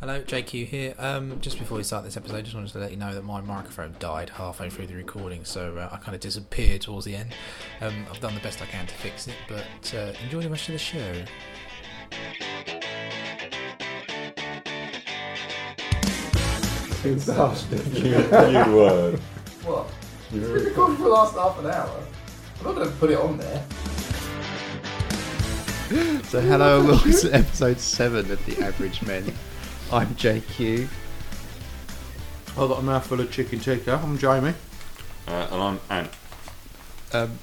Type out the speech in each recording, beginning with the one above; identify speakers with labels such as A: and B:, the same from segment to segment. A: Hello, JQ here. Um, just before we start this episode, just wanted to let you know that my microphone died halfway through the recording, so uh, I kind of disappeared towards the end. Um, I've done the best I can to fix it, but uh, enjoy the rest of the show.
B: Exhausted.
C: you, you would.
B: What?
C: You
B: We've been
C: would.
B: recording for the last half an hour. I'm not going to put it on there.
D: So hello and welcome to episode 7 of The Average Men. I'm JQ.
E: I've got a mouthful of chicken tikka. I'm Jamie.
C: Uh, and I'm Ant.
D: Um,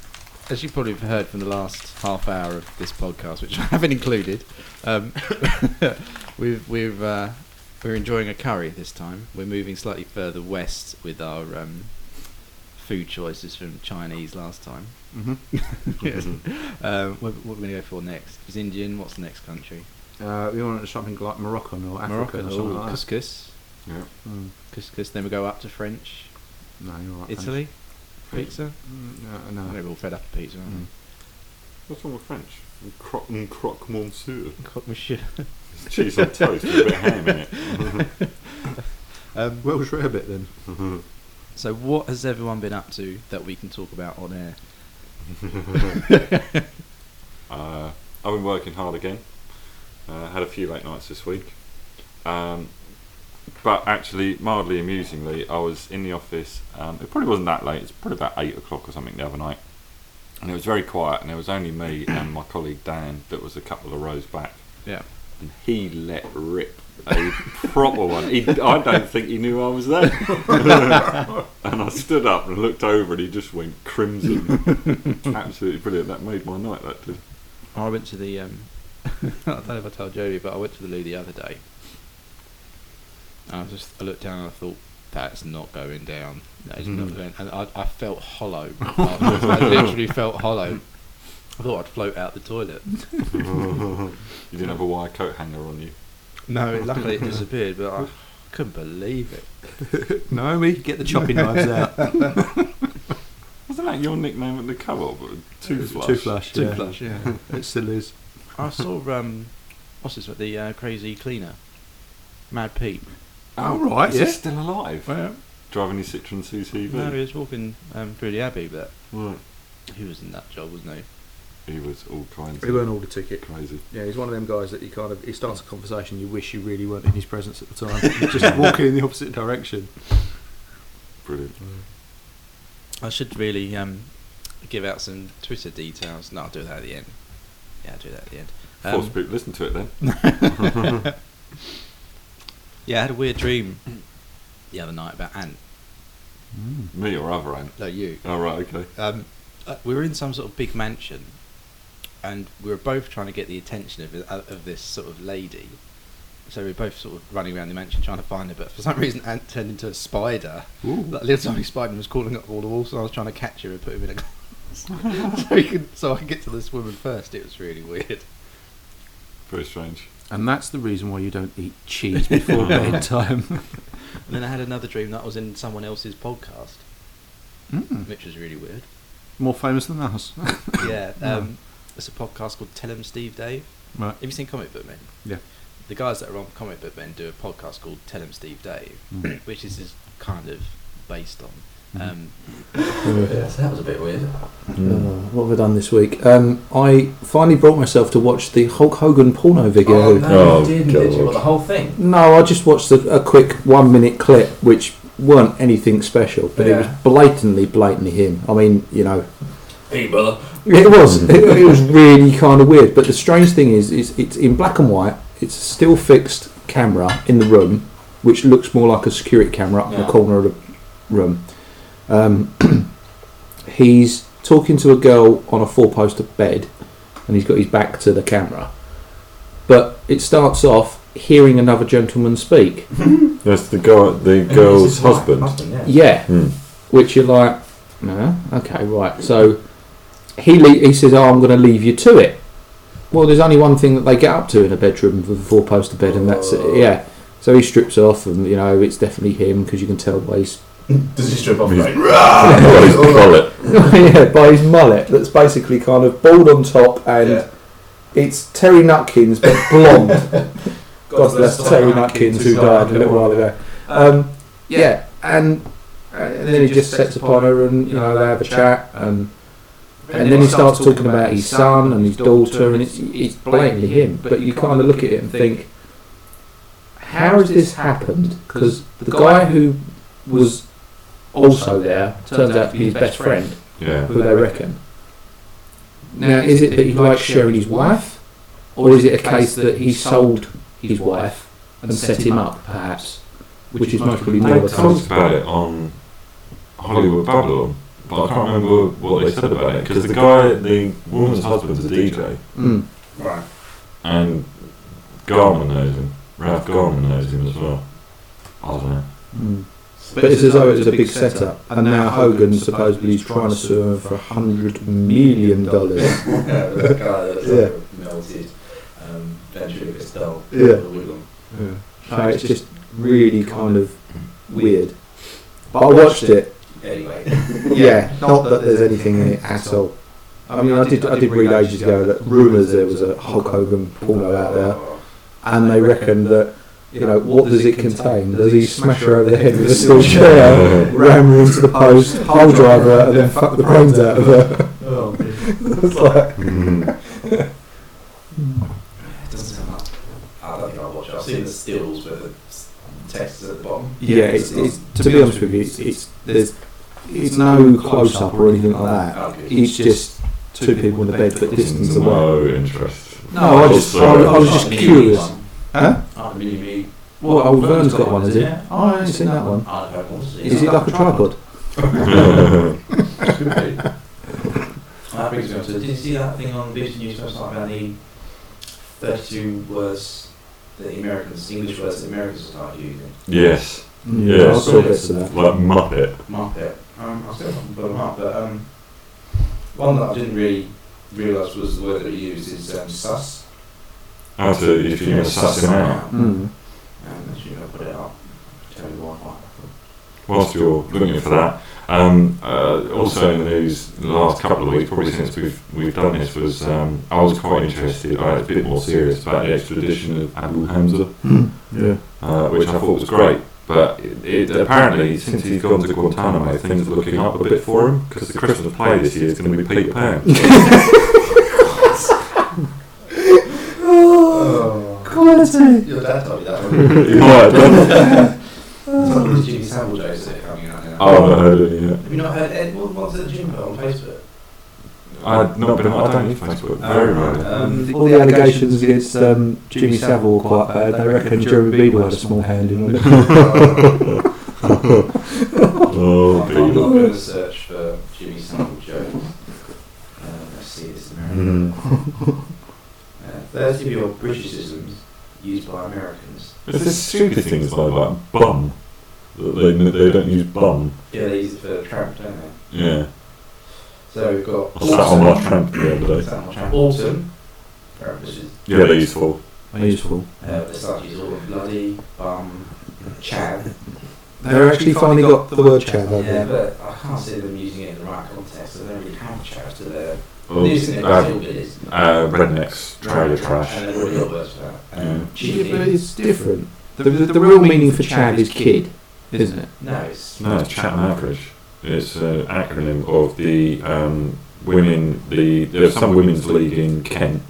D: as you probably have heard from the last half hour of this podcast, which I haven't included, um, we've, we've, uh, we're enjoying a curry this time. We're moving slightly further west with our um, food choices from Chinese last time.
E: Mm-hmm.
D: um, what, what are we going to go for next? It was Indian. What's the next country?
E: Uh, we wanted something like Moroccan or African or something
D: Ooh,
E: like that.
D: couscous.
C: Yeah.
E: Mm.
D: Couscous. Then we go up to French.
E: No, you're right. thanks.
D: Italy. Pizza.
E: Mm,
D: I
E: no,
D: think
E: no.
D: we're all fed up of pizza, aren't
E: Mm.
C: What's wrong with French? Croque, mm, croque monsieur.
D: we? Cook monsieur.
C: It's cheese on toast with a bit of ham in it.
D: Um,
E: Welsh rarebit then.
D: so, what has everyone been up to that we can talk about on air?
C: Uh, I've been working hard again. Uh, had a few late nights this week. Um, but actually, mildly amusingly, I was in the office. Um, it probably wasn't that late. It's probably about 8 o'clock or something the other night. And it was very quiet, and it was only me and my colleague Dan that was a couple of rows back.
D: Yeah.
C: And he let rip a proper one. He, I don't think he knew I was there. and I stood up and looked over, and he just went crimson. Absolutely brilliant. That made my night, that did.
D: I went to the. Um, I don't know if I told Jodie, but I went to the loo the other day. And I was just. I looked down and I thought, that's not going down. That is not
C: Mm.
D: going. And I, I felt hollow. afterwards. I literally felt hollow. I thought I'd float out the toilet.
C: you didn't have a wire coat hanger on you.
D: No, luckily it disappeared, but I couldn't believe it.
E: Naomi, get the chopping knives out.
C: Wasn't that your nickname at the cover? But two flush.
E: Two flush.
D: Too
E: yeah.
D: flush, yeah.
E: It still is.
D: I saw um, what's this? The uh, crazy cleaner, Mad Pete.
E: Oh, right,
C: Is he
E: yeah.
C: still alive?
D: Well,
C: Driving his Citroen CCV.
D: Oh, no, he was walking um, through the abbey, but
C: Right.
D: he was in that job, wasn't he?
C: He was all kinds
E: He
C: of
E: won't order ticket.
C: crazy.
E: Yeah, he's one of them guys that he kind of he starts a conversation you wish you really weren't in his presence at the time. He's just walking in the opposite direction.
C: Brilliant.
D: I should really um, give out some Twitter details. No, I'll do that at the end. Yeah, I'll do that at the end.
C: Force
D: Um,
C: people listen to it then.
D: yeah, I had a weird dream the other night about Ant.
E: Mm.
C: Me or other Ant.
D: No, you.
C: Oh, right, okay.
D: um, uh, we were in some sort of big mansion, and we were both trying to get the attention of of of this sort of lady. So we were both sort of running around the mansion trying to find her, but for some reason, Ant turned into a spider. Like a little tiny spider and was crawling up all the walls, and I was trying to catch her and put him in a glass. so, he could, so I could get to this woman first. It was really weird.
C: Very strange.
E: And that's the reason why you don't eat cheese before bedtime.
D: And then I had another dream that I was in someone else's podcast,
E: Mm.
D: which was really weird.
E: More famous than us.
D: Yeah, um, it's a podcast called Tell 'Em Steve Dave.
E: right.
D: Have you seen Comic Book Men?
E: Yeah.
D: The guys that are on Comic Book Men do a podcast called Tell 'Em Steve Dave,
E: Mm.
D: which this is kind of based on.
E: Mhm.
D: Um,
B: Yes, that was a bit weird.
F: Uh, what have I done this week? Um, I finally brought myself to watch the Hulk Hogan porno video.
B: Oh, no,
C: Oh,
B: you didn't, did you?
C: God.
B: Well, the whole thing.
F: No, I just watched a, a quick one minute clip, which weren't anything special, but it was
B: Yeah.
F: blatantly, blatantly him. I mean, you know,
B: Hey, brother.
F: it was. it, it was really kind of weird. But the strange thing is, is it's in black and white. It's a still fixed camera in the room, which looks more like a security camera up in
B: Yeah.
F: the corner of the room. Um, he's talking to a girl on a four poster bed, and he's got his back to the camera. But it starts off hearing another gentleman speak.
C: That's the girl, the
B: This is my husband yeah.
F: Yeah.
C: Hmm.
F: Which you're like, no, okay, right. So he le- he says, oh, I'm going to leave you to it. Well, there's only one thing that they get up to in a bedroom with a four poster bed, and that's it. Yeah. So he strips off, and you know it's definitely him because you can tell by his
B: Does he strip off?
C: He's-
B: Like,
F: Oh, yeah, by his mullet that's basically kind of bald on top, and
B: Yeah.
F: it's Terry Nutkins but blonde. God bless Terry Nutkins, who died a little while ago. Um, yeah. and and then he just sets upon her, and you know they have a chat, and and then he starts talking about his son and his daughter, and it's it's blatantly him. But you kind of look at it and think, how has this happened? Because the guy who was also there turns out to be his best friend,
C: Yeah.
F: who they reckon. Now, is it that he likes sharing his wife, or is it a case that he sold his wife and set him up, perhaps? Which is most probably more
C: They
F: the
C: talked
F: case.
C: about it on Hollywood Babylon, but I can't remember what they said about it because the guy, the woman's husband's a DJ,
F: Mm.
B: Right.
C: and Garman knows him. Ralph Garman knows him as well. I don't know.
F: Mm. But it's as though it was a big setup, and now Hogan supposedly is trying to sue him for hundred million dollars.
B: yeah, the guy that's
F: Yeah.
B: like melted um, ventriloquist doll.
F: Yeah.
B: with a wig on.
F: So it's just really kind of weird. But I watched it.
B: Anyway,
F: Yeah, not that there's anything in it at all. I mean, I did I did read ages ago that rumours there was a Hulk Hogan porno out there, and they reckon that you know what does it contain? Does he smash her over the head with a steel chair, ram her into the post, hole drive her, and then fuck the brains out of her?
B: Oh,
F: It's like,
C: Mm.
B: it doesn't sound like. I don't think I'll watch it. I've seen the stills where the s- text is at the bottom.
F: yeah, it's, it's to be honest with you, it's, it's there's it's no close up or anything like that.
B: Oh, good.
F: It's just two people in the bed, but distance away.
C: No interest.
F: No, I just I, was- I was just
B: Oh,
F: curious.
B: one.
F: Huh?
B: Oh, the mini me.
F: Well, old Vern's got one, has he?
B: Yeah.
F: Oh, I ain't seen that one.
B: I don't want to see
F: Is it like a tripod?
B: that brings me on to. Did you see that thing on the BBC News website about the 32 words that the Americans, English words that Americans start using?
C: yes,
F: Mm,
C: Yeah.
F: I saw bits of that.
C: like Muppet.
B: Muppet. Um, I still haven't put them up, but um, one that I didn't really realise was the word that we use is um, sus.
C: Absolutely, if you're assassin out.
F: Mm.
B: Um, actually, I'll put it up. Tell you why.
C: Whilst you're looking for that, um, uh, also in the news the last couple of weeks, probably since we've we've done this, was um, I was quite interested. I was a bit more serious about the extradition of Abu Hamza,
F: Yeah.
C: uh, which I thought was great. But it, it, apparently, since he's gone to Guantanamo, things are looking up a bit for him because the Christmas play this year is going to be Peter Pan.
F: Quality.
B: Your dad told me that. wouldn't
C: He might have done.
B: he? Some of these Jimmy Savile jokes that are coming out now.
C: I haven't heard any yet.
B: Have you not heard Ed What's at the gym on Facebook?
C: I've not been. I don't use Facebook. Very rarely.
B: Um,
F: All the allegations against um, Jimmy Savile were quite bad. They reckon Jeremy Beadle had a small hand in it.
C: Oh,
B: I'm not
C: Beadle.
B: going to search for Jimmy Savile jokes. Uh, let's see, it's American.
F: Mm-hmm.
B: Uh, 30 of your Britishisms used by Americans.
C: It's the stupid things like like bum. That They they don't use bum.
B: Yeah, they use it for tramp, don't they?
C: Yeah. Oh,
B: So we've got
C: I sat on my
B: autumn.
C: tramp the other day.
B: Sat on my tramp. Autumn. Tramp, which is,
C: Yeah, they use four.
F: Useful.
B: uh, they start to use all of bloody, bum, Chad.
F: They've actually finally got the word chat over
B: Yeah,
F: there.
B: but I can't see them using it in the right context. They don't really have Chad to their. They're using it as
C: Uh,
B: little bit is.
C: uh, rednecks, trailer trash.
B: And they've already got words for that. Um,
F: Yeah,
B: cheating.
F: but it's different. The, the, the real meaning for Chad is kid, isn't it?
B: No, it's
C: No, it's Chatham Average. It's an acronym of the um, women. The there's some women's league in Kent,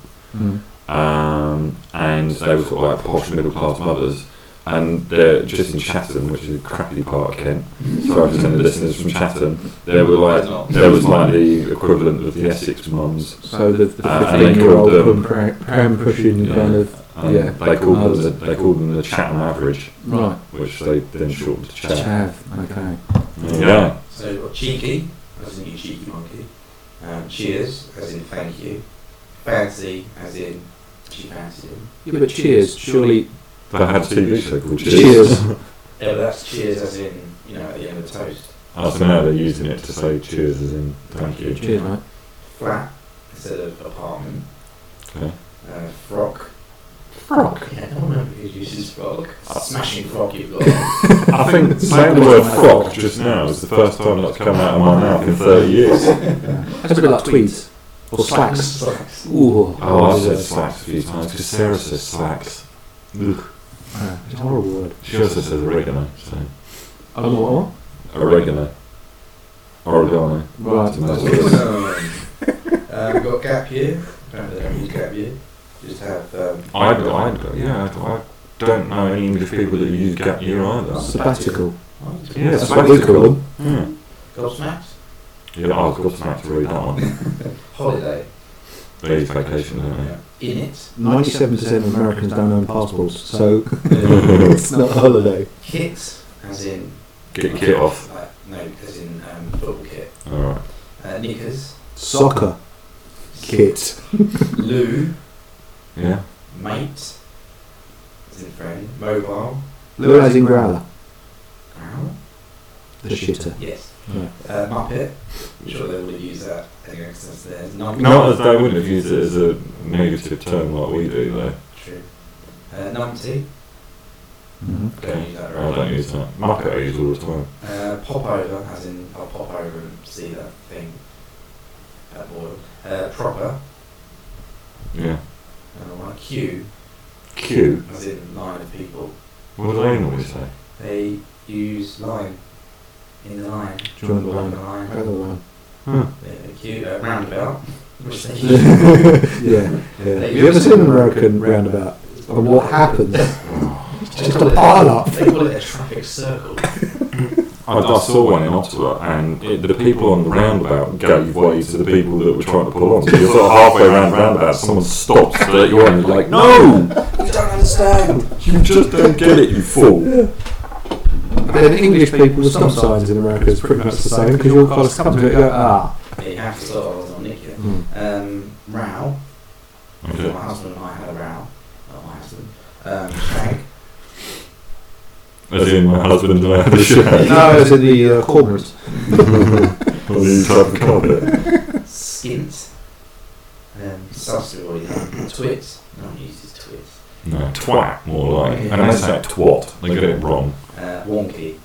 C: um, and they were sort of like posh middle class mothers. And they're just in Chatham, which is a crappy part of Kent. Sorry for sending listeners from Chatham. There Mm. were like there was like the equivalent of the Essex mums.
F: So the, the
C: Uh, they
F: 15 year old
C: called them-
F: pram, pram pushing kind of.
C: Um,
F: Yeah.
C: They called them the, they called them the Chatham Average,
F: Right.
C: which they then shortened to Chatham.
F: Chav. Okay.
C: Yeah.
B: So we've got cheeky, as in you cheeky monkey. Um, cheers, as in thank you. Fancy, as in she fancied him.
F: Yeah, but cheers. Surely.
C: They had a TV show called Cheers.
F: Cheers.
B: Yeah, but that's cheers, as in you know at the end of the toast.
C: Oh, so now they're using it to say cheers as in thank you.
F: Cheers, mate.
B: Flat instead of apartment.
C: Okay.
B: Uh, frock.
C: Frock.
B: Yeah, I don't remember who uses frock.
C: Uh,
B: Smashing frock you've got.
C: I think saying the word frock just now is the first time that's come out of my mouth in 30 years.
F: That's a bit like tweeds or slacks.
B: Slacks.
F: Ooh.
C: Oh, I've said slacks a few times because Sarah says slacks. Ugh.
F: Uh, it's a horrible word.
C: She also says oregano. So.
F: Oh, what, what?
C: Oregano. Oregano.
F: Right.
C: Tomatoes.
B: uh, Um, we've got gap year. Apparently, they don't use gap year. Just have. Um,
C: I, I, yeah, I, I don't know any English people that use gap year either.
F: Sabbatical.
B: oh, it's
C: Yeah,
F: That's what we call them.
C: Yeah,
B: Gobsmacked.
C: yeah oh, I was gobsmacked to read that one.
B: Holiday.
C: They use vacation, don't
B: Yeah. In it.
F: 97% of Americans don't own passports, so
C: they?
F: it's not a holiday.
B: Kit, as in.
C: Get kit off.
B: Like, no, as in um, football kit.
C: Alright.
B: Uh, knickers.
F: Soccer kit.
B: Loo.
C: Yeah.
B: Mate. As in friend. Mobile.
F: Luas in Growler.
B: Growl.
F: The shitter.
B: Yes.
F: Yeah.
B: Uh, Muppet. I'm sure they would have used that anyway because that's theirs. Number.
C: Not as they wouldn't have used it as a negative term like we do, though.
B: True. Uh, numpty.
F: hmm
B: Don't use that
C: I
B: right.
C: don't use that. Muppet I use all the time.
B: Uh, pop over, as in I'll pop over and see that thing. That boil. Uh, proper.
C: Yeah.
B: Another one. Queue,
C: Q.
B: as in line of people.
C: What do they normally say?
B: They use line. In the line.
F: Join the
B: Along
F: line.
B: the line.
F: Other one.
B: Uh, queue. Uh, roundabout. Which they use.
F: yeah, yeah. Have you ever seen an American roundabout? And what happens? Just a pile up.
B: They call it a traffic circle.
C: I, I saw one in Ottawa, and it, the people on the roundabout gave way to the people that were trying to pull on. So you're sort of halfway around the roundabout, someone stops so that you're on, you're like, No!
B: we don't understand.
C: You just don't get it, you fool!
F: Then English people with stop signs in America is pretty much the same because your cars come to it and go, ah.
B: Yeah, you have to sort of, I was on Nicky.
F: Hmm.
B: Um, row.
C: Okay.
B: My husband and I had a row. Not my husband. Um, shag.
C: As in, my husband and I had a shag.
F: No, it's in the uh, corporate.
C: on the inside of the carpet.
B: skint, um, subsidiary, twit. No one uses twit.
C: No, twat, more like. And they say twat, they get it wrong.
B: Uh, wonky,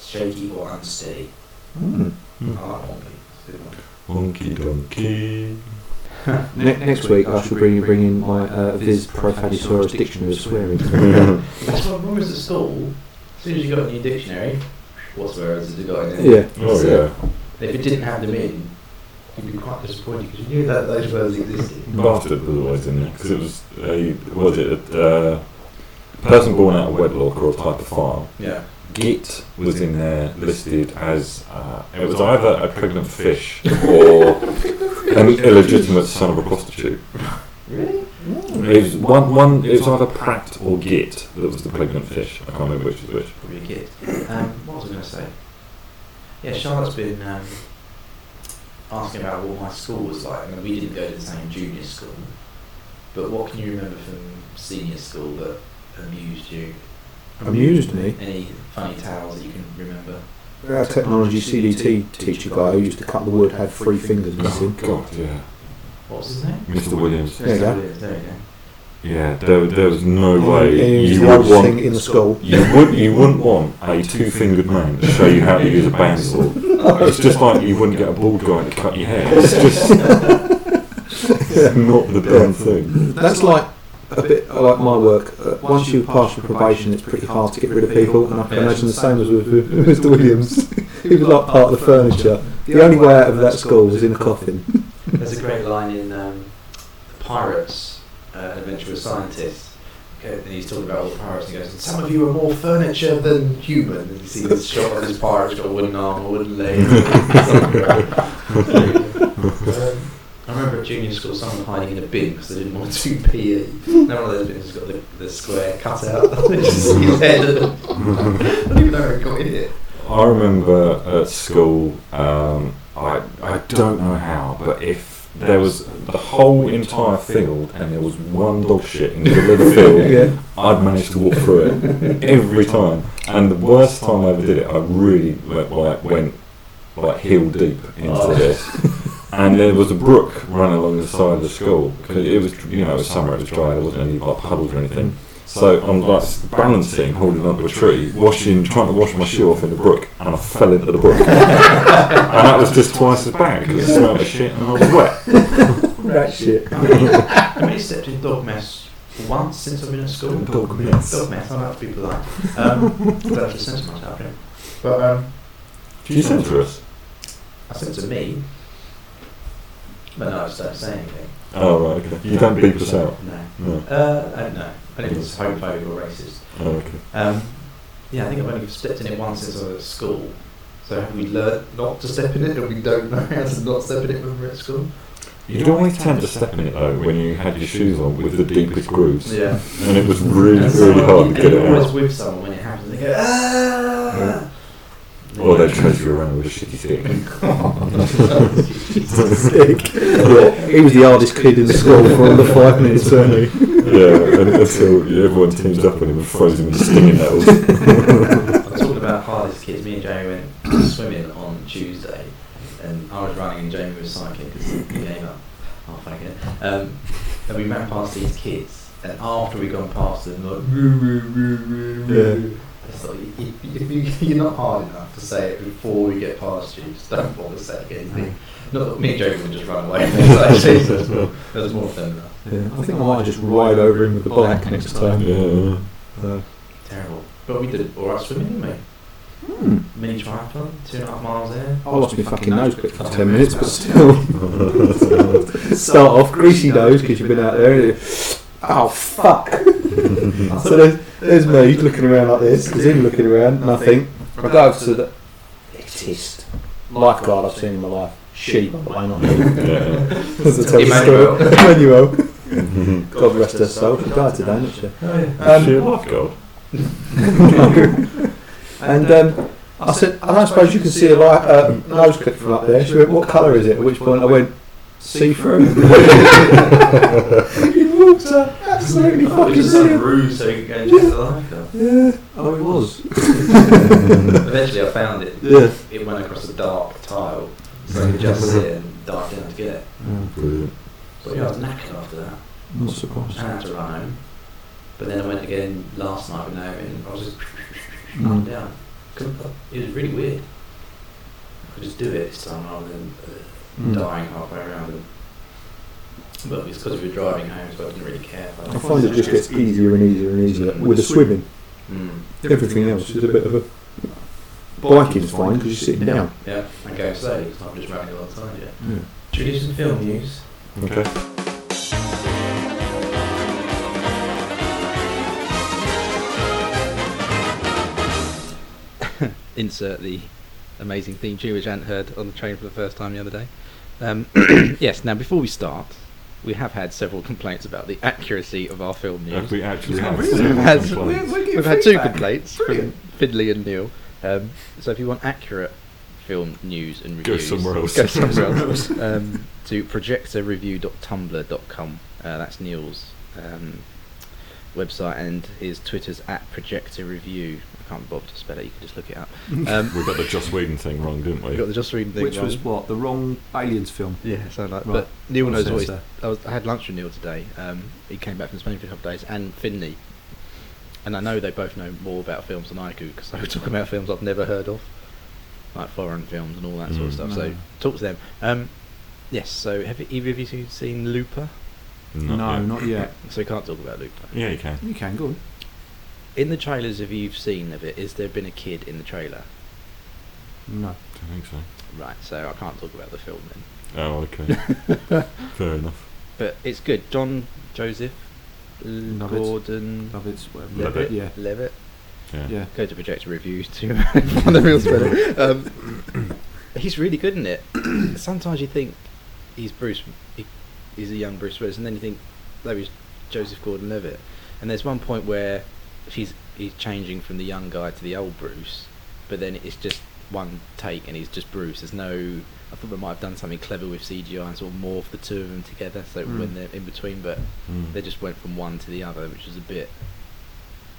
B: shaky or unsteady.
F: Hmm.
B: I like wonky. It's a good one.
C: Wonky donkey.
F: Ne- "Ah, next week, I shall bring, bring in my uh, Viz Profanisaurus Dictionary of Swearing.
B: That's what I was at school. As soon as you got a new dictionary, what words has it got in it?
F: yeah.
C: Oh, yeah.
B: If it didn't have them in, you'd be quite disappointed because you knew that those words existed.
C: Bastard was always in there, because it was a, was it a uh, person born out of wedlock or a type of farm.
B: Yeah.
C: Git was in there listed as uh, it was either a pregnant fish or an illegitimate son of a prostitute.
B: Really?
C: It was one, one. It was either Pratt or Git that was the pregnant fish. I can't remember which was which.
B: Probably a kid. Um, what was I going to say? Yeah, Charlotte's been um, asking about what my school was like. I mean, we didn't go to the same junior school, but what can you remember from senior school that amused you?
F: Amused me.
B: Any funny tales that you can remember?
F: Our technology CDT teacher guy who used to cut the wood had three fingers missing.
C: Oh, God, yeah,
B: What was his name?
C: Mr. Williams.
F: There you go.
B: There you go.
C: Yeah, there, there was no
F: He
C: way
F: was
C: you
F: the
C: would
F: oldest
C: want.
F: thing in the school.
C: You would you wouldn't want a two-fingered man to show you how to use a bandsaw. It's just like you wouldn't get a bald guy to cut your hair. It's just it's not the damn thing.
F: That's like a bit like my work. Uh, once you pass your probation, it's pretty hard to get rid of people, and I can imagine the same as with with Mr. Williams. he was like part of the furniture. The only way out of that school was in a coffin.
B: There's a great line in um, the Pirates, uh, Adventurous Scientist. Okay, and he's talking about all the pirates and he goes, Some of you are more furniture than human. And you see this shot of this pirate's got a wooden arm, a wooden leg. um, I remember at junior school someone hiding in a bin because they didn't want to PE. No one of those bins has got the, the square cut out. Just see his head. I don't even know how he got in it.
C: I remember at school, um, I, I don't know how, but if there was the whole entire field and there was one dog shit in the middle of the field,
F: yeah.
C: I'd manage to walk through it every time. And the worst time I ever did it, I really went like, went, like heel deep into
B: Oh.
C: this. And there was a brook running along the side of the school 'cause it was, you know, it was summer, it was dry, there wasn't any like puddles or anything. So I'm like s- balancing, holding onto a tree, washing, trying to wash my shoe off in the brook, and I fell into the brook. and that was just twice as bad because it smelled of shit and I was wet.
F: Rat shit.
B: How many steps in dog mess For once since I've been at school.
E: Dog mess.
B: Dog mess. I like to be polite. Um, but I just censor myself. yeah. But um,
C: Do you censor us?
B: I censor me. But no, I just don't say anything.
C: Oh, right, okay. You don't beep us
E: Oh,
C: out.
B: No.
C: No.
B: Uh, I don't know. I don't think it's homophobic or racist.
C: Oh, okay.
B: Um, yeah, I think I've only stepped in it once since I was at school. So have we learnt not to step in it, or we don't know how to not step in it when we're at school?
C: You'd always tend to step in it though when you had your shoes on with the deepest grooves,
B: Yeah.
C: and it was really,
B: And
C: really
B: someone-
C: hard to
B: and
C: get it
B: you're always
C: out.
B: with someone when it happens. They go ah.
C: Yeah. Oh,
B: And
C: Or
B: you
C: they'd chase you around with a shitty stick.
F: Sick. Yeah, he was the hardest kid in the school for under five minutes, wasn't he?
C: yeah, and until everyone teams up on him and throws him in stinging nettles.
B: I'm talking about hardest kids. Me and Jamie went swimming on Tuesday, and I was running, and Jamie was cycling because he gave up. Oh, thank you. Um, and we ran past these kids, and after we gone past them, like woo woo woo woo woo. It's like, if, if you, you're not hard enough to say it before we get past you, just don't bother saying anything. Not that me and Jamie would just run away. Like, Jesus, there's more of them. than us.
F: Yeah, I think I might just ride over him with the bike next time.
C: Yeah.
F: So,
B: Terrible. But we did all right swimming, didn't we?
F: hmm,
B: Mini triathlon, two and a half miles there.
F: I lost my fucking nose quick for ten minutes, but still. Start off greasy nose because you've been out there. and you- Oh fuck! so there's, there's me looking around like this. There's him looking around. Nothing. I go over to the fittest lifeguard I've seen in my life. She, by the way, not me.
C: yeah.
F: That's a terrible
B: Emmanuel.
F: story. Emmanuel. God rest her soul. She died today, didn't she?
B: Oh, yeah.
F: Um,
C: she a lifeguard?
F: and um, I said, I don't suppose you can see a light, uh, nose clip from up there. She went, what colour is it? At which point I went, see-through. In water, absolutely
B: Oh, it
F: fucking
B: was just some
F: brilliant.
B: ruse so you could go and check the lifeguard.
F: Yeah.
E: Oh, it was.
B: Eventually I found it.
F: Yeah.
B: It went across a dark tile, so I could just sit and dive down to get it.
C: Brilliant.
B: But yeah, I was knackered after that.
F: Not surprised.
B: I had to run home. But then I went again last night with Naomi and I was just up
F: Mm.
B: and down. Couldn't- It was really weird. I could just do it this time rather than uh,
F: Mm.
B: dying halfway around. And, but it's because we were driving home, so I didn't really care. About
F: I
B: it.
F: find it just gets easier and easier and easier with the swimming.
B: Mm.
F: Everything else is a bit of a biking's fine because you're sitting down.
B: Yeah, and go slowly because I'm just running alongside you. Should we do some film news?
C: Okay.
D: insert the amazing theme tune which Ant heard on the train for the first time the other day. Um, yes, now before we start, we have had several complaints about the accuracy of our film news.
C: Have we actually had
E: Really?
C: several
D: Has-
C: complaints?
D: We've had two complaints from Fiddly and Neil. Um, so if you want accurate film news and
C: Go
D: reviews,
C: somewhere else.
D: Go somewhere else. um, to projectorreview.tumblr.com. Uh, that's Neil's um, website and his Twitter's at projectorreview. I can't bother to spell it. You can just look it up. Um,
C: We got the Joss Whedon thing wrong, didn't
D: we
C: we?
D: got the just reading thing
E: Which
D: wrong.
E: was what? The wrong Aliens film.
D: Yeah, so like,
E: Right.
D: but Neil knows
E: I'll
D: what
E: say
D: he's. I, was, I had lunch with Neil today. Um, he came back from Spain for a couple of days, and Finley. And I know they both know more about films than I do because they were talking about films I've never heard of, like foreign films and all that sort of
C: Mm.
D: stuff. So
E: Mm.
D: talk to them. Um, yes. So have either of you two seen Looper?
C: Not
E: no,
C: yet.
E: not yet.
D: So we can't talk about Looper.
C: Yeah, you can.
E: You can go. On.
D: In the trailers, if you've seen of it, is there been a kid in the trailer?
E: No.
C: Don't think so.
D: Right. So I can't talk about the film then.
C: Oh, okay. Fair enough.
D: But it's good. John Joseph, L-
E: Lovett.
D: Gordon,
E: Love it's whatever.
C: Love it.
E: Yeah.
D: Levitt.
C: Yeah.
E: Yeah.
D: go to projector reviews to find the real spelling. Um, he's really good in it. Sometimes you think he's Bruce, he, he's a young Bruce Willis, and then you think that was Joseph Gordon-Levitt. And there's one point where she's he's changing from the young guy to the old Bruce, but then it's just one take and he's just Bruce. There's no. I thought they might have done something clever with CGI and sort of morph the two of them together, so
E: Mm.
D: when they're in between, but
C: Mm.
D: they just went from one to the other, which is a bit,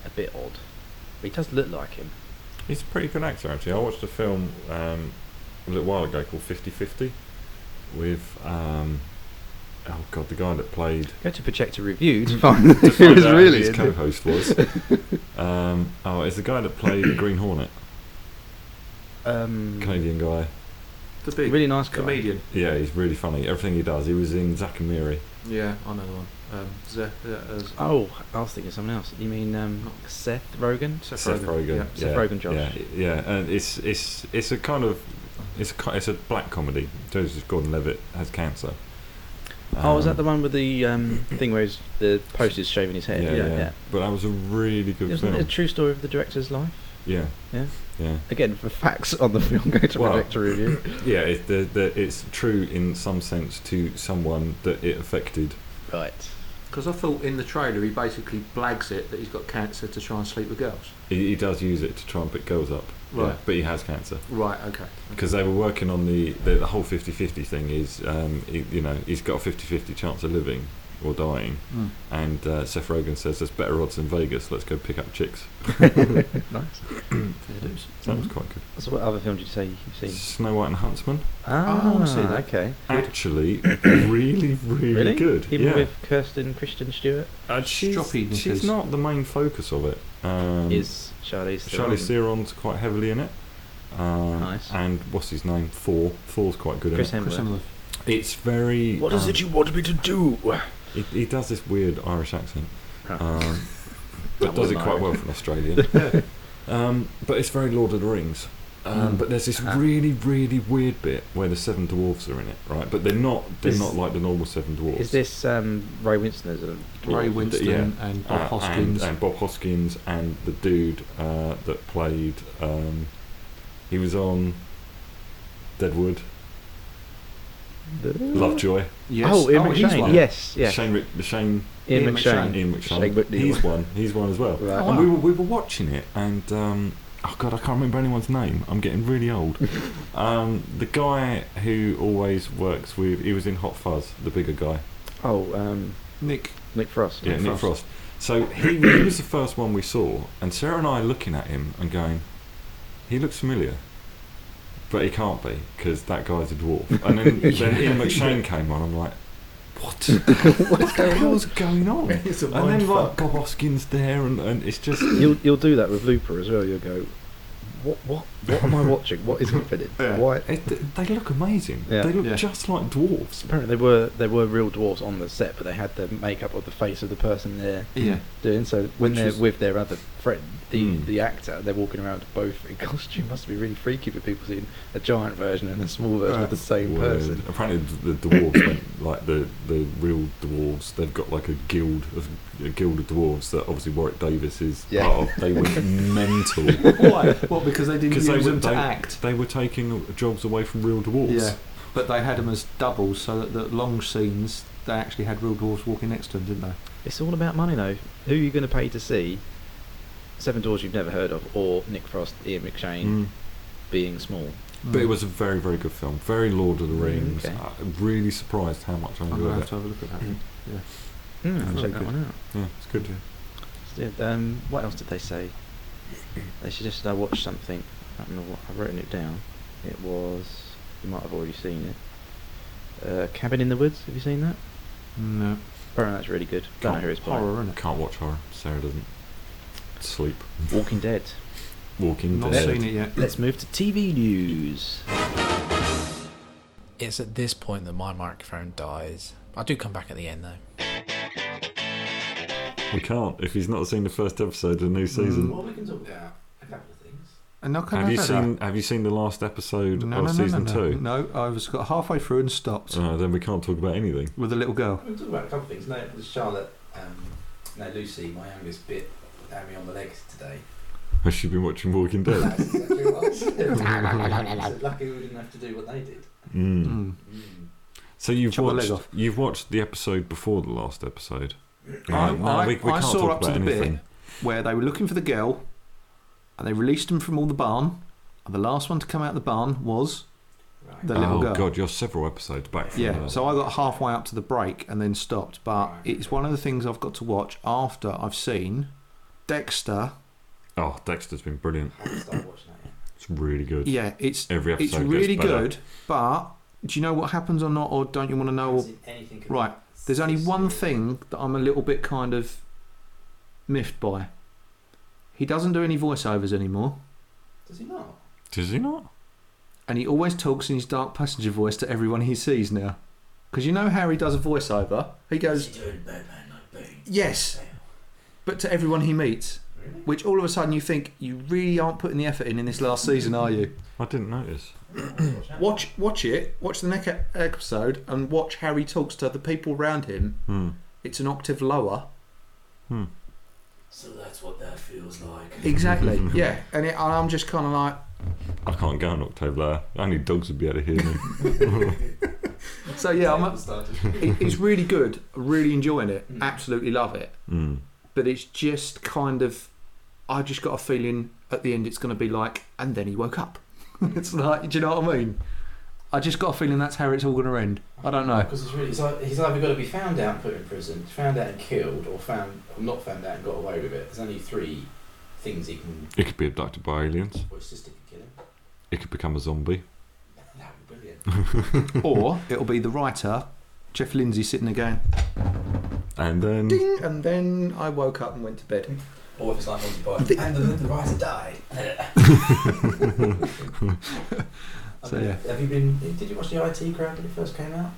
D: a bit odd. But he does look like him.
C: He's a pretty good actor, actually. I watched a film um, a little while ago called 50 50 with, um, oh god, the guy that played.
D: Go to projector review to find who is
C: out who
D: really
C: his
D: in
C: co
D: it.
C: host was. um, oh, it's the guy that played Green Hornet,
D: Um,
C: Canadian guy.
E: The big
D: Really nice guy.
E: comedian.
C: Yeah, he's really funny. Everything he does. He was in Zack and Miri.
E: Yeah, I know the one. Um, Ze-
F: uh,
E: yeah, as-
D: Oh, I was thinking of someone else. You mean um, Seth Rogen?
E: Seth,
C: Seth
E: Rogen.
C: Rogen.
E: Yeah.
D: Seth
C: yeah,
D: Rogen, Josh.
C: Yeah, yeah, and it's it's it's a kind of it's a, ki- it's a black comedy. Joseph Gordon-Levitt has cancer.
D: oh, is
C: Um,
D: that the one with the um, thing where he's, the post is shaving his
C: Yeah,
D: head?
C: yeah, But that was a really good
D: Isn't it a
C: film.
D: true story of the director's life?
C: yeah,
D: Yeah.
C: yeah.
D: Again, for facts on the film, go to
C: Well,
D: projector review.
C: Yeah, it, the, the, it's true in some sense to someone that it affected.
D: Right.
E: Because I thought in the trailer he basically blags it that he's got cancer to try and sleep with girls.
C: He, he does use it to try and pick girls up. yeah,
E: Right.
C: but he has cancer.
E: Right. Okay.
C: Because they were working on the, the, the whole 50 50 thing is, um, he- you know, he's got a 50 50 chance of living or dying.
E: Mm.
C: And uh, Seth Rogen says, there's better odds in Vegas, let's go pick up chicks.
D: nice.
C: So that was quite good.
D: So what other film did you say you've seen?
C: Snow White and the Huntsman.
D: Ah,
E: I
C: Oh,
E: wanna see that.
D: okay.
C: Actually, really, really,
D: Really?
C: good.
D: Even
C: yeah.
D: with Kirsten Christian Stewart
C: Uh, she's,
E: Stroppy
C: she's
E: knickers.
C: not the main focus of it. Um,
D: is Charlize. Theron.
C: Charlie Theron's quite heavily in it. Um,
D: Nice.
C: And what's his name? Thor. Thor's quite good
D: Chris
C: in
E: Chris
D: Hemsworth.
E: Hemsworth.
C: it. It's very. um,
D: you want me to do?
C: He, he does this weird Irish accent,
D: Huh.
C: um, but
D: That
C: does it
D: wasn't
C: quite well for an Australian. um, but it's very Lord of the Rings. Um,
D: Mm.
C: But there's this
D: Ah.
C: really, really weird bit where the seven dwarfs are in it, right? But they're not. They're
D: Is-
C: not like the normal seven dwarfs.
D: Is this um, Ray Winstonism?
E: Ray
C: Well,
E: Winston
C: yeah.
E: and
C: Uh,
E: Bob Hoskins.
C: and, and Bob Hoskins and the dude uh, that played. Um, he was on Deadwood. Lovejoy.
E: yes.
D: Oh, Ian
E: he's
D: McShane.
E: one.
D: Yes, yeah.
C: Shane Rick, Shane
D: Ian
E: Ian
D: McShane.
E: McShane.
C: Ian
D: Shane
C: McShane.
D: McNeil.
C: He's one. He's one as well.
D: Right.
E: Oh,
C: And
E: wow.
C: we were, we were watching it, and um, oh god, I can't remember anyone's name. I'm getting really old. um, the guy who always works with, he was in Hot Fuzz, the bigger guy.
D: Oh, um,
E: Nick.
D: Nick Frost.
C: Yeah,
E: Nick
C: Nick Frost.
E: Frost.
C: So he, he was the first one we saw, and Sarah and I looking at him and going, he looks familiar. But he can't be because that guy's a dwarf. And then, then Ian McShane came on. I'm like, what? what the hell's going on?
E: It's a
C: And then like Bob Hoskins there, and, and it's just
D: You'll you'll do that with Looper as well. You'll go, what what what am I watching? What is happening?
E: Yeah.
D: Why?
C: It, they look amazing.
D: Yeah.
C: They look
E: Yeah.
C: just like dwarves.
D: Apparently, there were there were real dwarfs on the set, but they had the makeup of the face of the person they're
E: Yeah.
D: doing. So when
E: Which
D: they're
E: was-
D: with their other friend, the
C: Mm.
D: the actor, they're walking around both in costume. Must be really freaky for people seeing a giant version and a small version
E: Right.
D: of the same
C: Word.
D: person.
C: Apparently, the the dwarves, went, like the the real dwarves, they've got like a guild of a guild of dwarves that obviously Warwick Davis is
D: Yeah.
C: part of. They went mental.
E: Why? What? Because they didn't use
C: Because they
E: them
C: would-
E: to
C: they-
E: act.
C: They were taking jobs away from real dwarves.
E: Yeah. But they had them as doubles, so that the long scenes they actually had real dwarves walking next to them, didn't they?
D: It's all about money, though. Who are you going to pay to see Seven Doors you've never heard of, or Nick Frost, Ian McShane
C: Mm.
D: being small?
C: But
E: Hmm.
C: it was a very, very good film. Very Lord of the Rings.
D: Okay.
C: I'm really surprised how much I
E: I'm gonna
C: enjoyed
E: have
C: it.
E: to have a look at that.
D: Mm, I'll
E: Very
D: check that
E: good.
D: one out.
C: Yeah, it's good.
D: So, yeah, Um, what else did they say? They suggested I watch something. I don't know what. I've written it down. It was. You might have already seen it. Uh, Cabin in the Woods. Have you seen that?
E: No.
D: Apparently, that's really good. Don't know who it's by.
E: Horror, isn't it?
C: Can't watch horror. Sarah doesn't. Sleep.
D: Walking Dead.
C: Walking
E: Not
C: Dead.
E: seen it yet.
D: Let's move to TV news.
A: It's at this point that my microphone dies. I do come back at the end though.
C: We can't if he's not seen the first episode of the new season.
E: Mm.
B: Well, we can talk about a couple of things.
E: And now can
C: Have
E: I
C: you
E: know
C: seen Have you seen the last episode
E: that? No,
C: of
E: no, no,
C: season
E: no, no.
C: two?
E: No, I was got halfway through and stopped
C: Uh, then we can't talk about anything.
E: with a little girl.
B: We can talk about a couple of things. No, it was Charlotte, um, no, Lucy, my youngest, bit had me on the legs today.
C: Has she been watching Walking Dead?
B: That's exactly what I said. I said, Lucky we didn't have to do what they did.
C: Mm.
E: Mm.
B: Mm.
C: So you've
E: Chop my leg
C: watched
E: off.
C: you've watched the episode before the last episode.
E: I-
C: Right, no,
E: I-
C: we, we
E: I
C: can't
E: saw
C: talk
E: up to
C: about
E: the bit.
C: anything.
E: Where they were looking for the girl, and they released them from all the barn. And the last one to come out of the barn was
B: Right.
E: the little
C: oh
E: girl.
C: god, you're several episodes back from
E: Yeah,
C: that.
E: so I got halfway up to the break and then stopped. But
B: Right.
E: it's one of the things I've got to watch after I've seen Dexter.
C: oh, Dexter's been brilliant.
B: I haven't started watching that yet.
C: It's really good.
E: Yeah, it's
C: Every episode
E: it's really
C: gets better.
E: good. But do you know what happens or not, or don't you want to
B: I
E: know?
B: haven't
E: Or,
B: seen anything of
E: Oh, right,
B: that
E: there's only one
B: series.
E: thing that I'm a little bit kind of miffed by. He doesn't do any voiceovers anymore.
B: Does he not?
C: Does he not?
E: and he always talks in his dark passenger voice to everyone he sees now. Because you know how he does a voiceover? He
B: What's
E: goes,
B: he doing, Batman? Like, boom.
E: Yes, but to everyone he meets.
B: Really?
E: Which all of a sudden you think, you really aren't putting the effort in in this last season, are you?
C: I didn't notice.
E: Watch watch it, watch the next e- episode, and watch how he talks to the people around him.
C: Hmm.
E: It's an octave lower.
B: So that's what that feels like.
E: Exactly, yeah. And, it, and I'm just kind of like,
C: I can't go on October. Lair. Only dogs would be able to hear me.
E: so yeah, I'm, it- it's really good. Really enjoying it. Absolutely love it.
C: mm.
E: but it's just kind of I just got a feeling at the end it's going to be like, and then he woke up. it's like, do you know what I mean? I just got a feeling that's how it's all going to end. I don't know.
D: Because it's really, it's like, he's either got to be found out and put in prison, found out and killed, or found or not found out and got away with it. There's only three things he can.
C: It could be abducted by aliens.
D: Or his sister could kill him.
C: It could become a zombie.
D: That would be brilliant.
E: or it'll be the writer, Jeff Lindsay, sitting again.
C: And then
E: Ding! And then I woke up and went to bed.
B: Or if it's like Monty
E: The-
B: Python. and then the writer died.
D: I
E: So,
D: mean,
E: yeah.
D: Have you been? Did you watch the IT crowd when it first came out?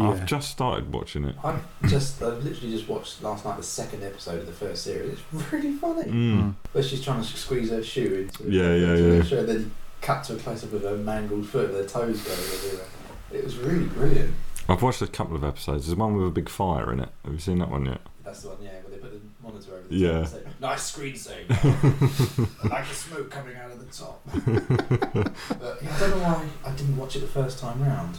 C: I've just started watching it.
D: I just, I literally just watched last night the second episode of the first series. It's really funny.
E: Hmm.
C: Mm.
D: Where she's trying to squeeze her shoe into
C: Yeah, yeah,
D: into her
C: yeah.
D: shoe, and then cut to a close up of her mangled foot, with her toes going everywhere. It was really brilliant.
C: I've watched a couple of episodes. There's one with a big fire in it. Have you seen that one yet?
D: That's the one, yeah, where they put the monitor over the
C: Yeah.
D: top. and say, nice screen save. I like the smoke coming out of the top. but yeah, I don't know why I didn't watch it the first time round.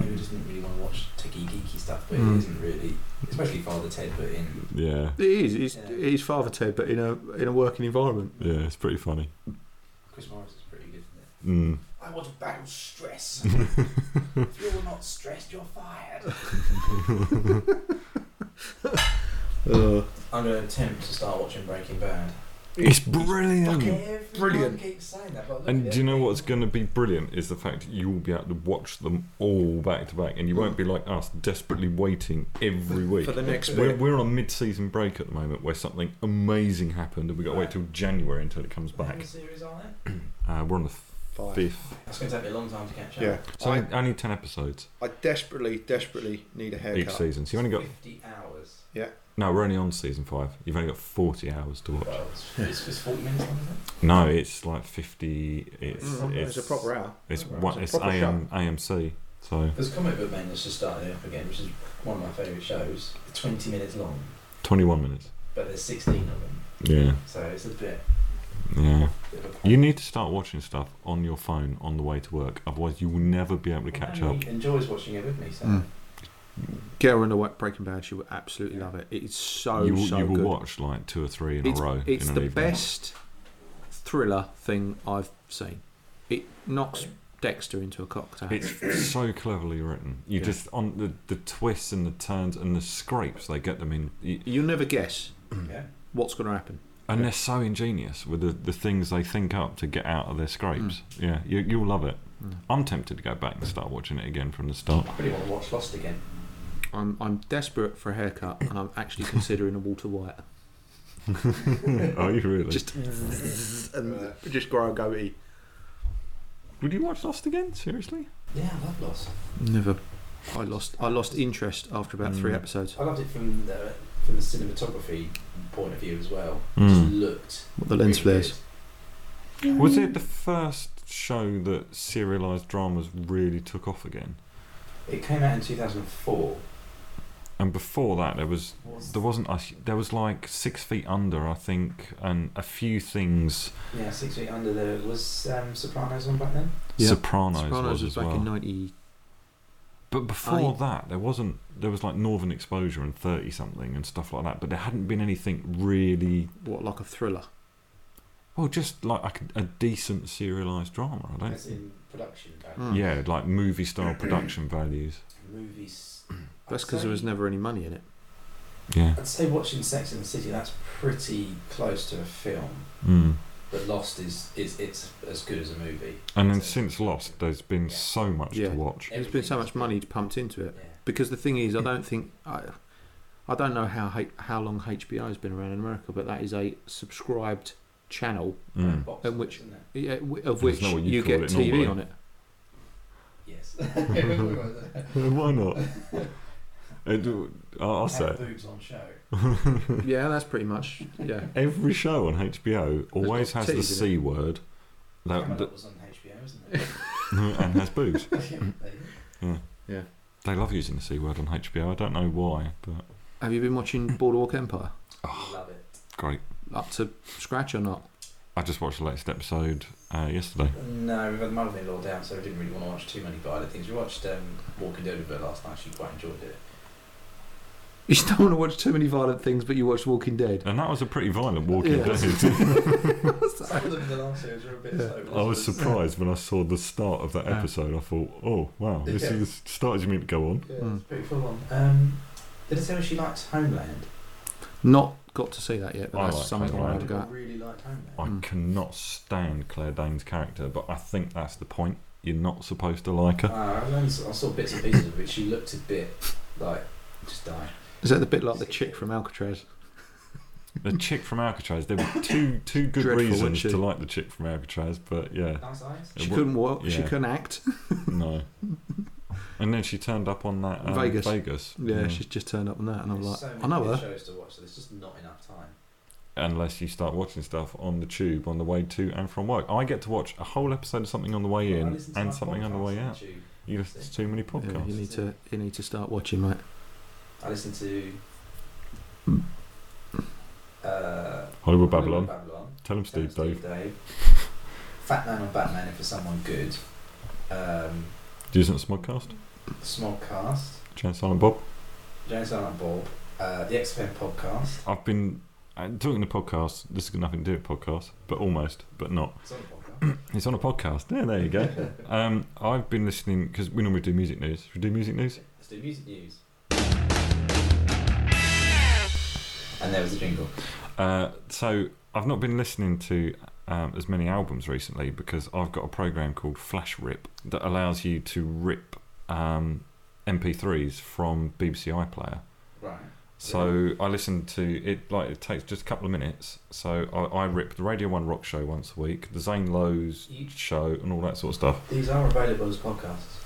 D: Maybe I just didn't really want to watch techie geeky stuff, but
C: Hmm.
E: Mm.
D: it isn't really, especially Father Ted put in.
C: Yeah.
E: It is. It's,
D: Yeah.
E: it's Father Ted, but in a in a working environment.
C: Yeah, it's pretty funny.
D: Chris Morris is pretty good. Isn't it?
C: Mm.
D: I want to battle stress. if you're not stressed, you're fired.
B: I'm going to attempt to start watching Breaking Bad.
C: It's brilliant.
D: Everyone
E: Brilliant.
D: keeps saying that, but look at
C: And
D: it.
C: do you know what's going to be brilliant is the fact that you will be able to watch them all back to back, and you won't be like us desperately waiting every week.
E: For the next
C: We're,
E: bit.
C: we're on a mid-season break at the moment where something amazing happened, and we got to wait till January until it comes
B: How many
C: back.
B: series are there?
C: Uh, we're on the fifth.
B: That's going to take me a long time to catch up.
C: So only, only ten episodes
E: I desperately, desperately need a
C: each season. So you only got
B: 50 hours.
C: no. We're only on season five. You've only got forty hours to watch.
B: Well, it's, it's, it's 40 minutes long, isn't it?
C: No, it's like fifty. It's
E: Mm,
C: it's,
E: it's a proper hour.
C: It's
B: Right,
C: one.
E: it's
C: It's
E: a proper
C: AM, AMC. So
B: There's Comic Book Man that's just started up again, which is one of my favourite shows. It's 20 minutes long,
C: twenty-one minutes.
B: but there's 16 of them.
C: Yeah,
B: So it's a bit.
C: yeah.
B: bit of a
C: You need to start watching stuff on your phone on the way to work, otherwise you will never be able to catch
D: Well,
C: up.
D: Andy enjoys watching it with me, so.
E: Mm. Get her in the wet Breaking Bad. She would absolutely love it. It is so
C: you will,
E: so
C: you will
E: good.
C: watch like two or three in
E: it's,
C: a row.
E: it's
C: in an
E: the
C: evening.
E: best thriller thing I've seen. It knocks Dexter into a cocktail.
C: It's so cleverly written. You
E: Yeah.
C: just on the the twists and the turns and the scrapes they get them in, y-
E: You'll never guess
D: Yeah.
E: what's going to happen.
C: and
E: Yeah.
C: they're so ingenious with the, the things they think up to get out of their scrapes. Yeah, you, you'll love it.
E: Mm.
C: I'm tempted to go back and start watching it again from the start.
D: I really want to watch Lost again.
E: I'm I'm desperate for a haircut, and I'm actually considering a Walter White.
C: Are you really?
E: Just and just grow a goatee.
C: Would you watch Lost again? Seriously?
D: Yeah, I love Lost.
E: Never. I lost I lost interest after about three
C: Mm.
E: episodes.
D: I loved it from the from the cinematography point of view as well.
C: Mm.
D: Just looked.
E: What the lens
D: really
E: flares.
C: Was it the first show that serialized dramas really took off again?
D: good. It came out in 2004.
C: And before that, there was
D: Was-
C: there wasn't a, there was like Six Feet Under, I think, and a few things.
D: Yeah, Six Feet Under there was um, Sopranos on back then.
E: Yeah.
C: Sopranos, was,
E: Sopranos
C: as
E: was back
C: well.
E: in ninety.
C: But before
E: I-
C: that, there wasn't. There was like Northern Exposure and Thirty Something and stuff like that. But there hadn't been anything really.
E: What like a thriller?
C: Well, just like a, a decent serialized drama. I don't.
D: As in production value.
E: Mm.
C: Yeah, like movie style production values.
D: Movies.
E: That's
D: I'd
E: because there was
D: say-
E: never any money in it.
C: Yeah.
D: I'd say watching Sex in the City. That's pretty close to a film,
C: Mm.
D: but Lost is is it's as good as a movie.
C: And then
D: So-
C: since Lost, there's been
D: Yeah.
C: so much
E: Yeah.
C: to watch.
E: There's been so much
D: Everything.
E: money pumped into it.
D: Yeah.
E: because the thing is, I don't think I, I don't know how H- how long HBO has been around in America, but that is a subscribed channel
C: Mm.
D: Box
E: And
D: office,
E: which-
D: isn't it?
E: yeah, w- of
C: That's
E: which
C: not what you
E: you
C: call
E: get
C: it
E: TV
C: normally.
E: on it.
D: Yes.
C: Why not? I do- I'll I'll say it.
D: boobs on show.
E: yeah, that's pretty much. Yeah.
C: Every show on HBO always has the
E: titties in
C: C word that, that-
D: was on HBO, isn't it?
C: and has boobs.
D: There you go.
C: They love using the C word on HBO. I don't know why, but
E: Have you been watching Boardwalk Empire
D: Love it.
C: great.
E: up to scratch or not?
C: I just watched the latest episode uh, yesterday.
D: No, we've had the mother-in-law down, so we didn't really want to watch too many violent things. We watched um, Walking Dead a bit last night. She quite enjoyed it.
E: You just don't want to watch too many violent things, but you watch Walking Dead.
C: And that was a pretty violent Walking
E: Yeah.
C: Dead.
D: Some of them in the last series were a bit
E: Yeah.
D: slow.
C: I was surprised when I saw the start of that
E: Yeah.
C: episode. I thought, oh wow, this
D: Yeah.
C: is start as you mean to go on.
D: Yeah,
E: Hmm.
D: it's pretty full on. Um, did it say she likes Homeland?
E: Not got to see that yet, but
C: I
E: that's
C: like
E: something
C: Homeland.
E: I'll
D: I
E: have a go at.
D: really liked Homeland.
C: I
E: Mm.
C: cannot stand Claire Danes' character, but I think that's the point. You're not supposed to like her.
D: Uh, I, only saw, I saw bits and pieces of it. She looked a bit like just die.
E: Is that the bit like the chick from Alcatraz?
C: The chick from Alcatraz. There were two two good
E: Dreadful, wasn't
C: reasons
E: she?
C: to like the chick from Alcatraz, but yeah,
D: Nice eyes.
E: She
C: wa-
E: couldn't walk, she
C: yeah.
E: couldn't act.
C: no. And then she turned up on that um,
E: Vegas. Yeah,
C: Mm.
E: she's just turned up on that, and I'm
D: There's
E: like,
D: so many
E: I know
D: good
E: her.
D: shows to watch. So there's just not enough time.
C: unless you start watching stuff on the tube on the way to and from work. I get to watch a whole episode of something on the way
D: I
C: in
D: listen to
C: and
D: my
C: something on the
D: podcasts
C: way out.
D: YouTube.
C: You listen to too many
E: Yeah, you
C: podcasts.
E: need to, you need to start watching, mate.
D: I listen to. Uh,
C: Hollywood Hmm. Babylon.
D: Babylon.
C: Tell him Steve, Dave.
D: Steve Dave. Fat Man on Batman if it's someone good. Um,
C: Jason Smodcast.
D: Smogcast.
C: Chance Silent Bob.
D: James Silent Bob. Uh, the X Men podcast.
C: I've been uh, talking to podcasts. This has got nothing to do with podcasts, but almost, but not.
D: It's on the podcast.
C: It's on a podcast. Yeah, there you go. um, I've been listening because we normally do music news. Should we do music news?
D: Let's do music news. And there was a jingle.
C: Uh, so I've not been listening to um, as many albums recently because I've got a program called Flash Rip that allows you to rip um, MP3s from BBC iPlayer.
D: Right.
C: So I listened to it like it takes just a couple of minutes. So I, I rip the Radio One Rock Show once a week, the Zane Lowe's
D: You-
C: show, and all that sort of stuff.
D: These are available as podcasts.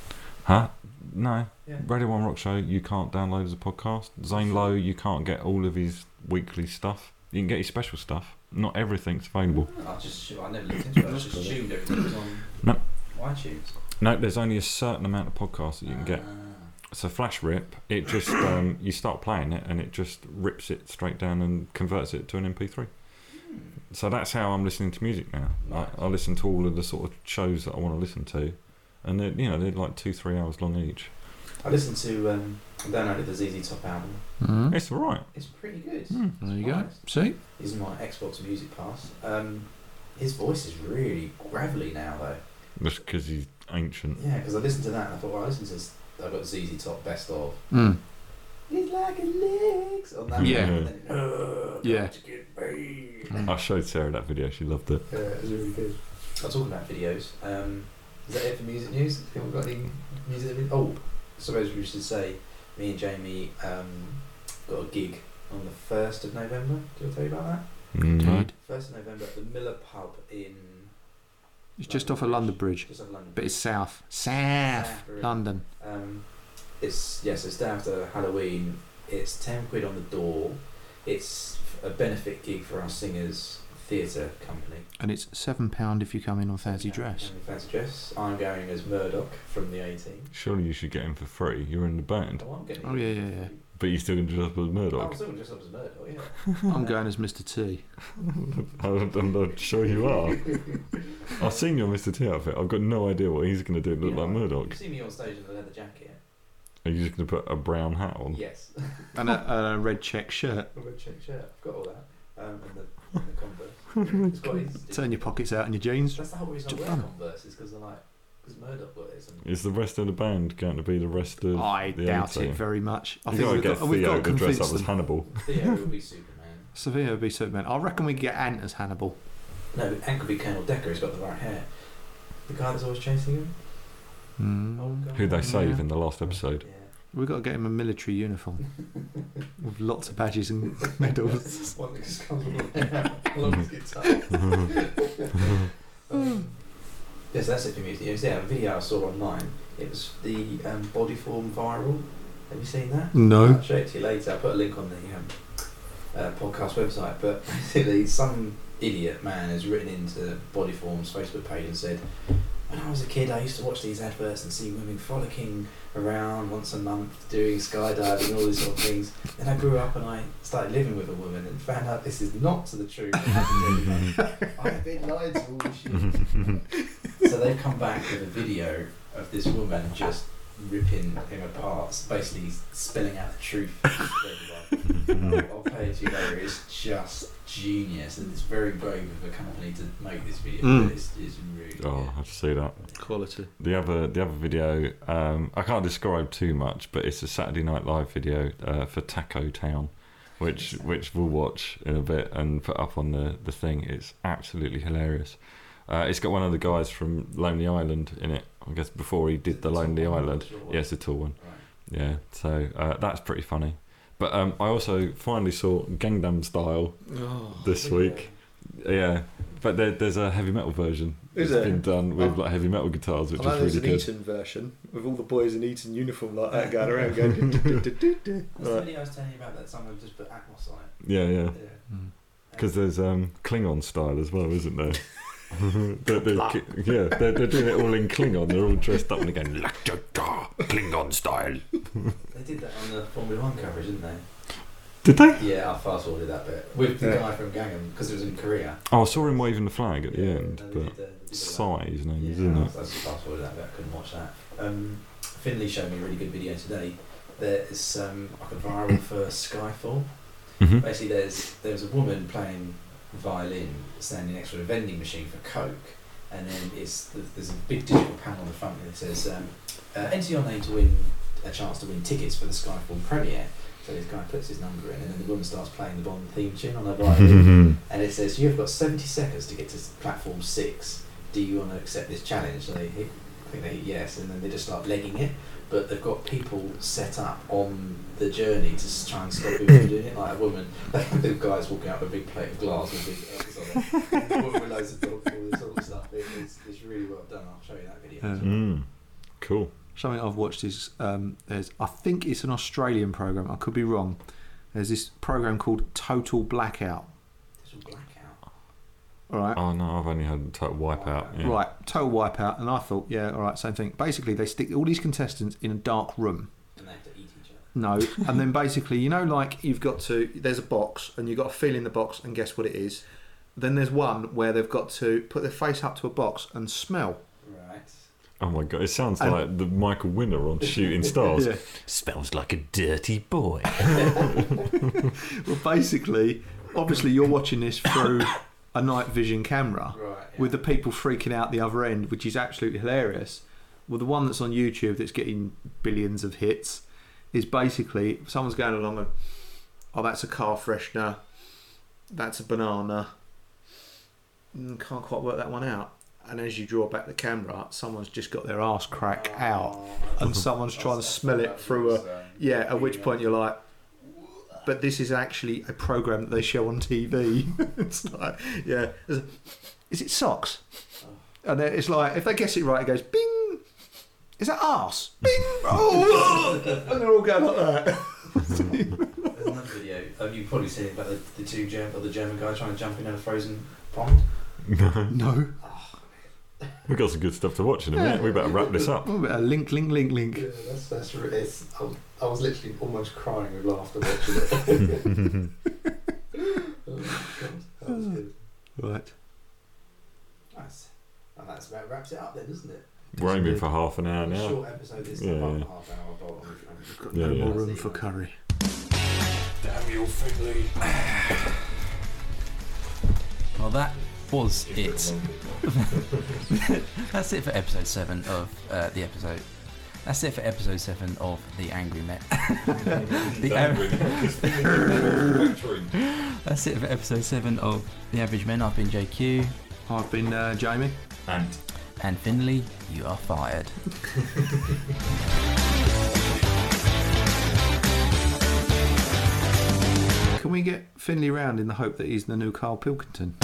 C: Huh? No.
D: Yeah.
C: Radio One Rock Show, you can't download as a podcast. Zane Lowe, you can't get all of his weekly stuff. You can get his special stuff. Not everything's available.
D: I just I never looked into it. I just assumed everything was on
C: No.
D: iTunes.
C: No, there's only a certain amount of podcasts that you can get.
D: Ah.
C: So Flash Rip, it just um, you start playing it and it just rips it straight down and converts it to an MP3. So that's how I'm listening to music now.
D: Nice.
C: I, I listen to all of the sort of shows that I want to listen to, and they're you know they're like two three hours long each.
D: I listened to um, I downloaded the ZZ Top album.
E: Mm.
C: It's all right.
D: It's pretty good.
C: Mm.
E: There you go. See,
D: He's my Xbox Music Pass. Um, his voice is really gravelly now, though.
C: Just because he's ancient.
D: Yeah, because I listened to that and I thought, well, I listened to this. I got ZZ Top Best of.
E: mm.
D: He's like a licks on that.
E: Yeah.
D: one, and then, "Oh,
E: Yeah.
D: don't you get me."
E: Mm.
C: I showed Sarah that video. She loved it.
D: Yeah, it was really good. I'm talking about videos. Um, is that it for music news? Have we got any music? Oh, I suppose we should say me and Jamie um, got a gig on the first of November. Did I tell you about that?
C: Mm.
E: Indeed.
D: First of November at the Miller Pub in
E: It's just off of London Bridge,
D: just off London.
E: but it's south, south
D: South Bridge.
E: London.
D: Um, it's yes, it's day after Halloween. It's ten quid on the door. It's a benefit gig for our singers theatre company.
E: And it's seven pound if you come in on fancy
D: Yeah,
E: dress.
D: and Fancy dress. I'm going as Murdoch from the 18.
C: Surely you should get him for free. You're in the band,
D: Oh, I'm getting
E: Oh, yeah, yeah, yeah.
C: but you're still going to dress up as
D: Oh, I'm
C: Murdoch.
D: still dressed up as Murdoch, yeah.
E: I'm going as Mr. T.
C: I'm not sure you are. I've seen your Mr. T outfit. I've got no idea what he's going to do. Look
D: Yeah.
C: like Murdoch.
D: You see me on stage in a leather jacket?
C: Are you just going to put a brown hat on?
D: Yes.
E: And a, a red check shirt.
D: A red check shirt. I've got all that. Um, and the, and the Converse. It's quite easy to do.
E: Turn your pockets out and your jeans.
D: That's the whole reason I
E: Jump
D: wear
E: on.
D: Converse, is because I like. Because Murdoch got this. And
C: Is the rest of the band going to be the rest of?
E: I
C: the
E: doubt
C: eighteen.
E: it very much. Oh, I
C: You've got to
E: we've
C: get
E: we've
C: Theo to dress
E: convince
C: up as
E: them.
C: Hannibal.
D: Theo will be Superman.
E: Sevilla would be Superman. I reckon we could get Ant as Hannibal.
D: No, Hank could be Colonel Decker, he's got the right hair. The guy that's always chasing him?
E: Mm.
D: Oh, God.
C: Who they
E: Yeah.
C: save in the last episode.
D: Yeah.
E: We've got to get him a military uniform with lots of badges and medals.
D: One that just comes along with his guitar. Um, but Yes, that's it for music. It was yeah, a video I saw online. It was the um, Bodyform viral. Have you seen that?
E: No.
D: I'll show it to you later. I'll put a link on the um, uh, podcast website. But basically, some idiot man has written into Bodyform's Facebook page and said, When I was a kid, I used to watch these adverts and see women frolicking around once a month, doing skydiving, all these sort of things. Then I grew up and I started living with a woman and found out this is not the truth. I've been lied to all this year. So they've come back with a video of this woman just ripping him apart, basically spelling out the truth. to everyone. I'll pay it to you later. It's just genius, and it's very brave of a company to make this video.
E: Mm.
D: But it's, it's really
C: Oh, I have to see that.
E: Quality.
C: The other, the other video, um, I can't describe too much, but it's a Saturday Night Live video uh, for Taco Town, which which we'll watch in a bit and put up on the the thing. It's absolutely hilarious. Uh, it's got one of the guys from Lonely Island in it. I guess before he did the Lonely Island. Yeah, it's a tall one.
D: Right.
C: Yeah, so uh, that's pretty funny. But um, I also finally saw Gangnam Style
G: Oh.
C: this week. Yeah, but there, there's a heavy metal version.
G: Is
C: it's
G: there?
C: been done with
G: Oh.
C: like heavy metal guitars, which
G: I know
C: is
G: there's
C: really
G: an
C: good.
G: Eton version with all the boys in Eton uniform like that going around going. "Du- du- du- du- du."
D: That's the
G: Right.
D: video I was telling you about that someone just put Atmos on it.
C: Yeah, yeah.
D: Yeah.
C: Because there's um, Klingon style as well, isn't there? they're, they're, ki- yeah, they're, they're doing it all in Klingon. They're all dressed up and they're going "Lakjaga, Klingon style.
D: They did that on the Formula One coverage, didn't they?
C: Did they?
D: Yeah, I fast forwarded that bit with the
G: Yeah.
D: guy from Gangnam because it was in Korea.
C: Oh, I saw him waving the flag at the end,
D: And they
C: but
D: did the- they did the-
C: Sai, his name
D: Yeah,
C: is, isn't it?
D: I was fast forward that, but I couldn't watch that. Um, Finley showed me a really good video today. There's um, like a viral for Skyfall.
C: Mhm.
D: Basically, there's there was a woman playing violin standing next to a vending machine for Coke, and then it's there's a big digital panel on the front that says um, uh, enter your name to win a chance to win tickets for the Skyfall premiere. So this guy puts his number in, and then the woman starts playing the Bond theme tune on her violin and it says you've got 70 seconds to get to platform 6 do you want to accept this challenge so they hit, I think they hit yes and then they just start legging it but they've got people set up on the journey to s- try and stop people from doing it like a woman the guy's walking out with a big plate of glass with big eggs on it and the woman with loads of dog food and sort of stuff It- it's, it's really well done I'll show you that video as
E: Yeah.
D: well.
C: Mm. Cool.
E: Something I've watched is um, there's I think it's an Australian program. I could be wrong. There's this program called Total Blackout.
D: It's all blackout
E: All right.
C: Oh no, I've only had total wipeout. Yeah.
E: Right, total wipeout, and I thought, yeah, all right, same thing. Basically, they stick all these contestants in a dark room.
D: and they have to eat each other
E: No, and then basically, you know, like you've got to, there's a box, and you've got to fill in the box, and guess what it is. Then there's one where they've got to put their face up to a box and smell.
D: right
C: Oh my god, it sounds
E: And-
C: like the Michael Winner on Shooting Stars.
H: Smells like a dirty boy.
E: Well, basically, obviously, you're watching this through a night vision camera.
D: right yeah.
E: with the people freaking out the other end, which is absolutely hilarious. Well, the one that's on YouTube that's getting billions of hits is basically someone's going along and, oh, that's a car freshener, that's a banana. Mm, Can't quite work that one out. And as you draw back the camera, someone's just got their ass crack out,
D: Oh,
E: and someone's trying to smell it through a yeah. At which point you're like, but this is actually a program that they show on TV. it's like, yeah, There's a- is it socks? And then it's like if they guess it right, it goes bing. Is that arse? Bing. Oh, and they're all going like that.
D: There's another video. Um, you've probably seen it about the, the two German or the German guy trying to jump in a frozen pond.
E: No.
C: We've got some good stuff to watch in a minute. We better wrap this up.
E: Oh, a link, link, link, link.
D: that's that's really. It's, I, was, I was literally almost crying with laughter watching it. oh, God, that was good.
E: Right.
D: Nice. And that's about wraps it up then, doesn't it?
C: We're aiming for half an hour now.
D: Short episode this
C: Yeah,
D: time, half
C: yeah.
D: a half hour. um, But we've
E: Got
C: Yeah,
E: no
C: yeah.
E: more room for curry.
D: Damn you, Finley.
I: Well, that was it. That's it for episode seven of uh, the episode. That's it for episode seven of the Angry Met. the Angry. That's it for episode seven of the Average Men. I've been JQ
E: I've been uh, Jamie.
C: And
I: and Finley. You are fired.
E: Can we get Finley round in the hope that he's the new Carl Pilkington?